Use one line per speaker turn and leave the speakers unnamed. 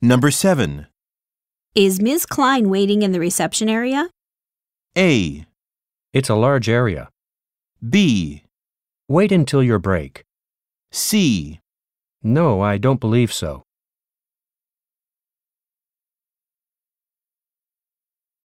Number 7.
Is Ms. Klein waiting in the reception area?
A.
It's a large area.
B.
Wait until your break.
C.
No, I don't believe so.